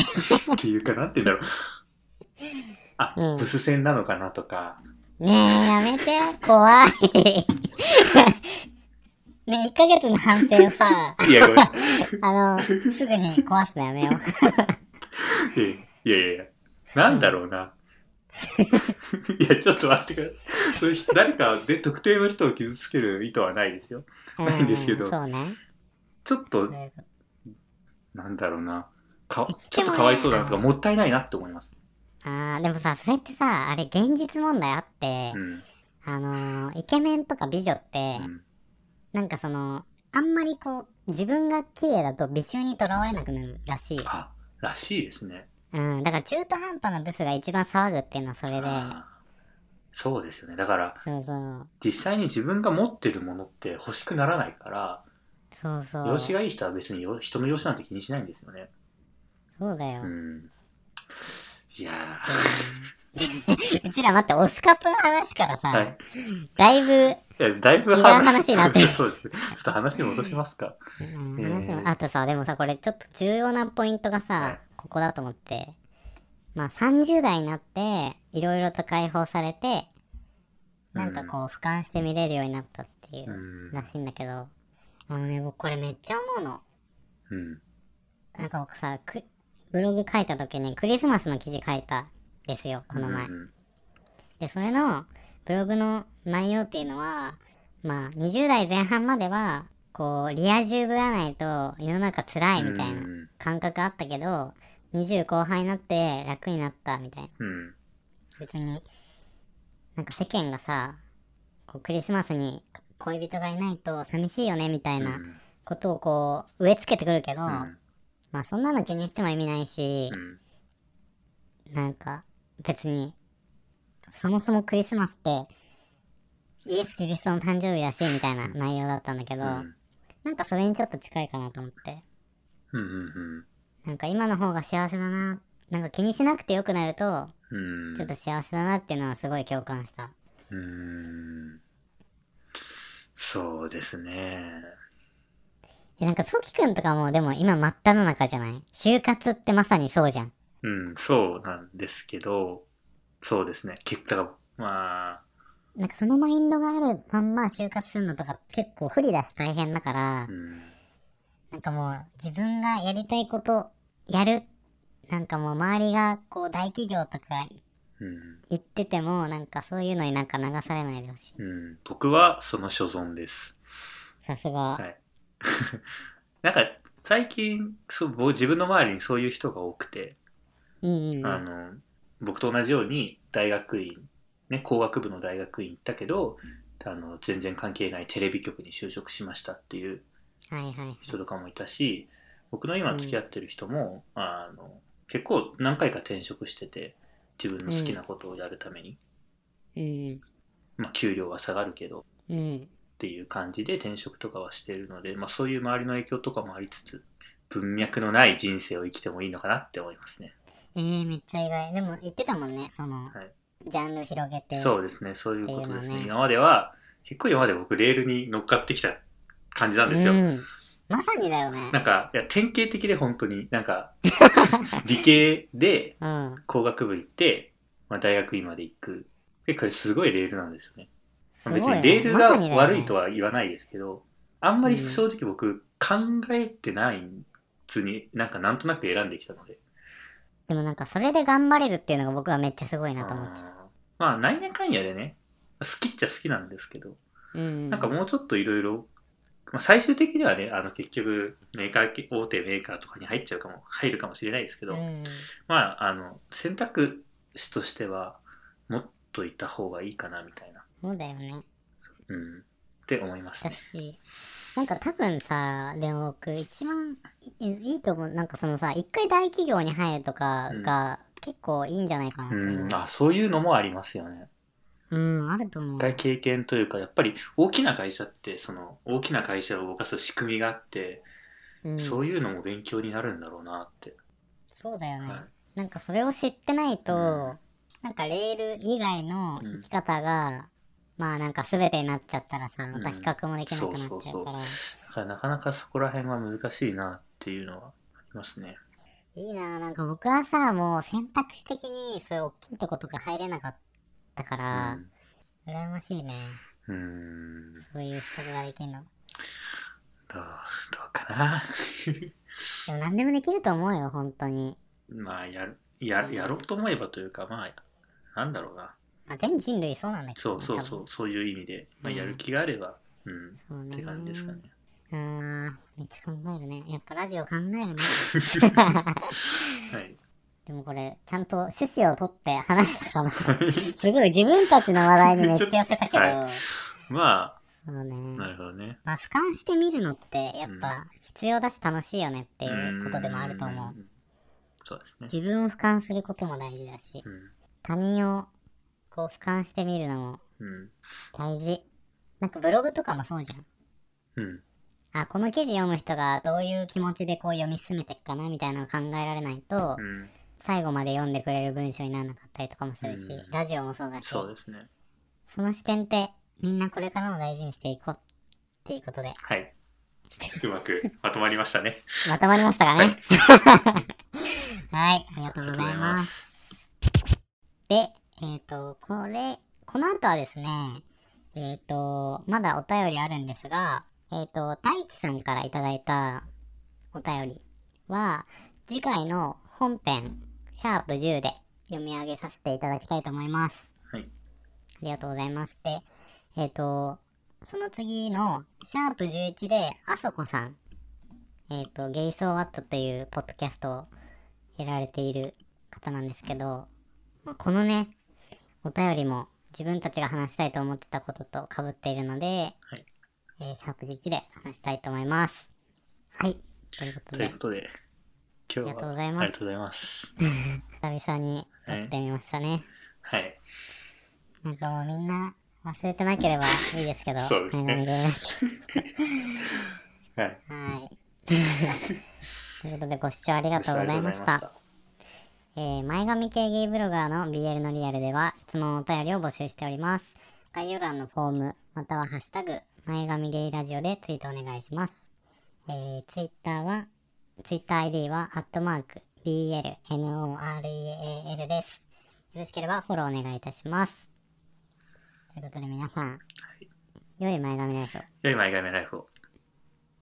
[SPEAKER 1] っていうか、なんて言うんだろう。あ、
[SPEAKER 2] うん
[SPEAKER 1] ブス戦なのかなとか、
[SPEAKER 2] ねえやめて怖い [LAUGHS] ねえ1ヶ月の反省をさ
[SPEAKER 1] いや、ごめん。
[SPEAKER 2] あのすぐに壊すのやめよ
[SPEAKER 1] [LAUGHS]
[SPEAKER 2] う
[SPEAKER 1] い [LAUGHS] やいやいやいや、なんだろうな。 [LAUGHS] いや、ちょっと待ってください。そういう人誰かで特定の人を傷つける意図はないですよ。ないんですけど
[SPEAKER 2] うんそうね
[SPEAKER 1] ちょっと
[SPEAKER 2] そう、いうこ
[SPEAKER 1] なんだろうな。か
[SPEAKER 2] でもね
[SPEAKER 1] ちょっとかわいそうだなとか、もったいないなって思います。
[SPEAKER 2] とあーでもさそれってさあれ現実問題あって、
[SPEAKER 1] うん。
[SPEAKER 2] あのーイケメンとか美女って、
[SPEAKER 1] うん
[SPEAKER 2] なんかその、あんまりこう、自分が綺麗だと美醜にとらわれなくなるらしい。
[SPEAKER 1] あ、らしいですね。
[SPEAKER 2] うん、だから中途半端なブスが一番騒ぐっていうのはそれで、
[SPEAKER 1] あそうですよね。だから、
[SPEAKER 2] そうそう。
[SPEAKER 1] 実際に自分が持ってるものって欲しくならないから、
[SPEAKER 2] そうそう。
[SPEAKER 1] 容姿がいい人は別によ人の容姿なんて気にしないんですよね。
[SPEAKER 2] そうだよ。
[SPEAKER 1] う
[SPEAKER 2] うん
[SPEAKER 1] ん。いや
[SPEAKER 2] [LAUGHS] うちら待って、オスカップの話からさ、
[SPEAKER 1] ー、はい。
[SPEAKER 2] だいぶ、
[SPEAKER 1] いや、だいぶ
[SPEAKER 2] 違う話になってる
[SPEAKER 1] そうですね。ちょっと話戻しますか。
[SPEAKER 2] うん
[SPEAKER 1] えー
[SPEAKER 2] 話も、あとさ、でもさ、これちょっと重要なポイントが
[SPEAKER 1] は
[SPEAKER 2] さ
[SPEAKER 1] い、。
[SPEAKER 2] ここだと思って、まあ30代になって、いろいろと解放されて、なんかこう、俯瞰して見れるようになったっていううんらしいんだけど、あのね、僕これめっちゃ思うの。
[SPEAKER 1] うん。
[SPEAKER 2] なんか僕さ、クブログ書いた時にクリスマスの記事書いたんですよ、この前。
[SPEAKER 1] うん
[SPEAKER 2] で、それのブログの内容っていうのは、まあ、20代前半までは、こう、リア充ぶらないと世の中辛いみたいな
[SPEAKER 1] うん
[SPEAKER 2] 感覚あったけど、20後半になって楽になったみたいな。
[SPEAKER 1] うん。
[SPEAKER 2] 別に、なんか世間がさ、こうクリスマスに恋人がいないと寂しいよねみたいな
[SPEAKER 1] うん
[SPEAKER 2] ことをこう、植え付けてくるけど、
[SPEAKER 1] うん
[SPEAKER 2] まあそんなの気にしても意味ないし、
[SPEAKER 1] うん
[SPEAKER 2] なんか、別に、そもそもクリスマスって、イエス・キリストの誕生日だし、みたいな内容だったんだけど、
[SPEAKER 1] うん
[SPEAKER 2] なんかそれにちょっと近いかなと思って。
[SPEAKER 1] うんうん
[SPEAKER 2] なんか今の方が幸せだな、なんか気にしなくてよくなると、
[SPEAKER 1] うん。
[SPEAKER 2] ちょっと幸せだなっていうのはすごい共感した。
[SPEAKER 1] うーんそうですね。
[SPEAKER 2] え、なんかソキくんとかもでも今真っ只中じゃない就活ってまさにそうじゃん。
[SPEAKER 1] うん、そうなんですけど、そうですね。結果が、まあ、
[SPEAKER 2] なんかそのマインドがあるまんま就活するのとか結構不利だし大変だから
[SPEAKER 1] う、ん、
[SPEAKER 2] なんかもう自分がやりたいことやるなんかもう周りがこう大企業とか
[SPEAKER 1] うん、
[SPEAKER 2] 行っててもなんかそういうのになんか流されないでほしい
[SPEAKER 1] うん。僕はその所存です。
[SPEAKER 2] さすが、
[SPEAKER 1] はい。 [LAUGHS] なんか、最近そう、僕自分の周りにそういう人が多くて、
[SPEAKER 2] うんうんう
[SPEAKER 1] あ
[SPEAKER 2] ん
[SPEAKER 1] の、僕と同じように大学院、ね、工学部の大学院行ったけど、あの、全然関係ないテレビ局に就職しましたっていう
[SPEAKER 2] はいはい
[SPEAKER 1] 人とかもいたし僕の今付き合ってる人も、あの結構何回か転職してて自分の好きなことをやるために、
[SPEAKER 2] うん
[SPEAKER 1] まあ、給料は下がるけど
[SPEAKER 2] うん
[SPEAKER 1] っていう感じで転職とかはしてるので、まあ、そういう周りの影響とかもありつつ文脈のない人生を生きてもいいのかなって思いますね。
[SPEAKER 2] えー、めっちゃ意外でも言ってたもんねその、
[SPEAKER 1] はい
[SPEAKER 2] ジャンル広げて
[SPEAKER 1] そうですねそういうことです
[SPEAKER 2] っていうの
[SPEAKER 1] ね
[SPEAKER 2] ね
[SPEAKER 1] 今までは結構今まで僕レールに乗っかってきた感じなんですよ。
[SPEAKER 2] うんまさにだよね
[SPEAKER 1] なんかいや典型的で本当になんか理系で
[SPEAKER 2] うん
[SPEAKER 1] 工学部行って、まあ、大学院まで行く。で、これすごいレールなんですよね。
[SPEAKER 2] すごい
[SPEAKER 1] 別
[SPEAKER 2] ね
[SPEAKER 1] にレール
[SPEAKER 2] ま
[SPEAKER 1] が
[SPEAKER 2] さにだよね
[SPEAKER 1] 悪いとは言わないですけど、あんまり
[SPEAKER 2] うん
[SPEAKER 1] 正直僕考えてない、普通になんかなんとなく選んできたので。
[SPEAKER 2] でもなんかそれで頑張れるっていうのが僕はめっちゃすごいなと思っ
[SPEAKER 1] あ
[SPEAKER 2] ちゃ
[SPEAKER 1] ーまあ、なんやかんやでね、好きっちゃ好きなんですけど、
[SPEAKER 2] ううん
[SPEAKER 1] なんかもうちょっといろいろ、まあ、最終的にはね、あの結局メーカー、大手メーカーとかに入っちゃうかも、入るかもしれないですけど、
[SPEAKER 2] うん
[SPEAKER 1] まあ、あの、選択肢としては、持っといた方がいいかな、みたいな。
[SPEAKER 2] そうだよね
[SPEAKER 1] うん。って思います
[SPEAKER 2] だ
[SPEAKER 1] ね。
[SPEAKER 2] し、なんか多分さ、でも僕一番いいいと思う。なんかそのさ、一回大企業に入るとかが結構いいんじゃないかなと
[SPEAKER 1] う
[SPEAKER 2] 思う。
[SPEAKER 1] ん。あ、そういうのもありますよね。
[SPEAKER 2] うん、あると思う
[SPEAKER 1] 一。回経験というか、やっぱり大きな会社って、その、大きな会社を動かす仕組みがあって、
[SPEAKER 2] うん、そ
[SPEAKER 1] そうういうのも勉強になるんだろうなって。
[SPEAKER 2] だよね
[SPEAKER 1] はい。
[SPEAKER 2] なんかそれを知ってないと、
[SPEAKER 1] うん
[SPEAKER 2] なんかレール以外の生き方が、まあなんか全てになっちゃったらさ、また比較もできなくなっちゃうから、
[SPEAKER 1] だからなかなかそこら辺は難しいなっていうのはありますね。
[SPEAKER 2] いいなぁなんか僕はさ、もう選択肢的にそういう大きいとことか入れなかったから、羨ましいね。
[SPEAKER 1] うん。うん。ど
[SPEAKER 2] そういう比較ができるの。
[SPEAKER 1] う、どうかな。 [LAUGHS]
[SPEAKER 2] でも何でもできると思うよ、本当に。
[SPEAKER 1] まあ、やる、や、やろうと思えばというか、まあ、なんだろうな。
[SPEAKER 2] まあ、全人類そうなんだけど
[SPEAKER 1] そ
[SPEAKER 2] ね、
[SPEAKER 1] うそうそう、そういう意味で、まあ、
[SPEAKER 2] うん
[SPEAKER 1] やる気があれば、うん、
[SPEAKER 2] 多
[SPEAKER 1] っ
[SPEAKER 2] 分。
[SPEAKER 1] て感じですかね。
[SPEAKER 2] そうね。あーめっちゃ考えるね。やっぱラジオ考えるね。 [LAUGHS]
[SPEAKER 1] はい。
[SPEAKER 2] でもこれ、ちゃんと趣旨を取って話し
[SPEAKER 1] [LAUGHS]
[SPEAKER 2] たかな。すごい自分たちの話題にめっちゃ寄せたけど、
[SPEAKER 1] はま
[SPEAKER 2] そう
[SPEAKER 1] あ、
[SPEAKER 2] ね。
[SPEAKER 1] なるほどね。
[SPEAKER 2] まあ、俯瞰してみるのって、やっぱ必要だし楽しいよねって
[SPEAKER 1] て
[SPEAKER 2] いうことでもあると思う。
[SPEAKER 1] そうですね。
[SPEAKER 2] 自分を俯瞰することも大事だし、
[SPEAKER 1] うん
[SPEAKER 2] 他人をこう俯瞰してみるのも
[SPEAKER 1] うん。
[SPEAKER 2] 大事。なんかブログとかもそうじゃん。
[SPEAKER 1] うん。
[SPEAKER 2] あ、この記事読む人がどういう気持ちでこう読み進めていくかなみたいなのを考えられないと
[SPEAKER 1] う、ん。
[SPEAKER 2] 最後まで読んでくれる文章にならなかったりとかもするし
[SPEAKER 1] うん、
[SPEAKER 2] ラジオもそうだし、
[SPEAKER 1] そう
[SPEAKER 2] そ
[SPEAKER 1] ですね。
[SPEAKER 2] の視点ってみんなこれからも大事にしていこうっていうことで、
[SPEAKER 1] はい。うまくまとまりましたね。
[SPEAKER 2] まとまりましたかね [LAUGHS] はい、ありがとうございます。
[SPEAKER 1] す。
[SPEAKER 2] で、えっ、と、これ、この後はですね、えっ、と、まだお便りあるんですが、えっ、と、大輝さんからいただいたお便りは、次回の本編、シャープ10で読み上げさせていただきたいと思います。
[SPEAKER 1] はい。
[SPEAKER 2] ありがとうございます。で、えっ、と、その次の、シャープ11で、あそこさん、えっ、と、ゲイソーワットというポッドキャストをやられている方なんですけど、まあこのね、お便りも自分たちが話したいと思ってたことと被っているので、えーシャープ11で話したいと思います。はい。というこ
[SPEAKER 1] と
[SPEAKER 2] と
[SPEAKER 1] い
[SPEAKER 2] で
[SPEAKER 1] うこ、とで、
[SPEAKER 2] あ
[SPEAKER 1] 今日
[SPEAKER 2] りがとう
[SPEAKER 1] は
[SPEAKER 2] ござい
[SPEAKER 1] あ
[SPEAKER 2] ま
[SPEAKER 1] りが
[SPEAKER 2] す。
[SPEAKER 1] とうございます。
[SPEAKER 2] 久々に撮ってみましたね。
[SPEAKER 1] はい。
[SPEAKER 2] なんかもうみんな忘れてなければいいですけど、
[SPEAKER 1] そうですね
[SPEAKER 2] はい頑張りましょ
[SPEAKER 1] はい。
[SPEAKER 2] う
[SPEAKER 1] [LAUGHS]
[SPEAKER 2] はい。ということで、ご視聴ありがとうございました。。えー前髪系ゲイブロガーの BL のリアルでは質問お便りを募集しております。概要欄のフォームまたはハッシュタグ前髪ゲイラジオでツイートお願いします。えー、ツイッターは、ツイッター ID はアットマーク BLNOREAL です。よろしければフォローお願いいたします。ということで皆さん、良い前髪ライフを。
[SPEAKER 1] 良い前髪ライフを。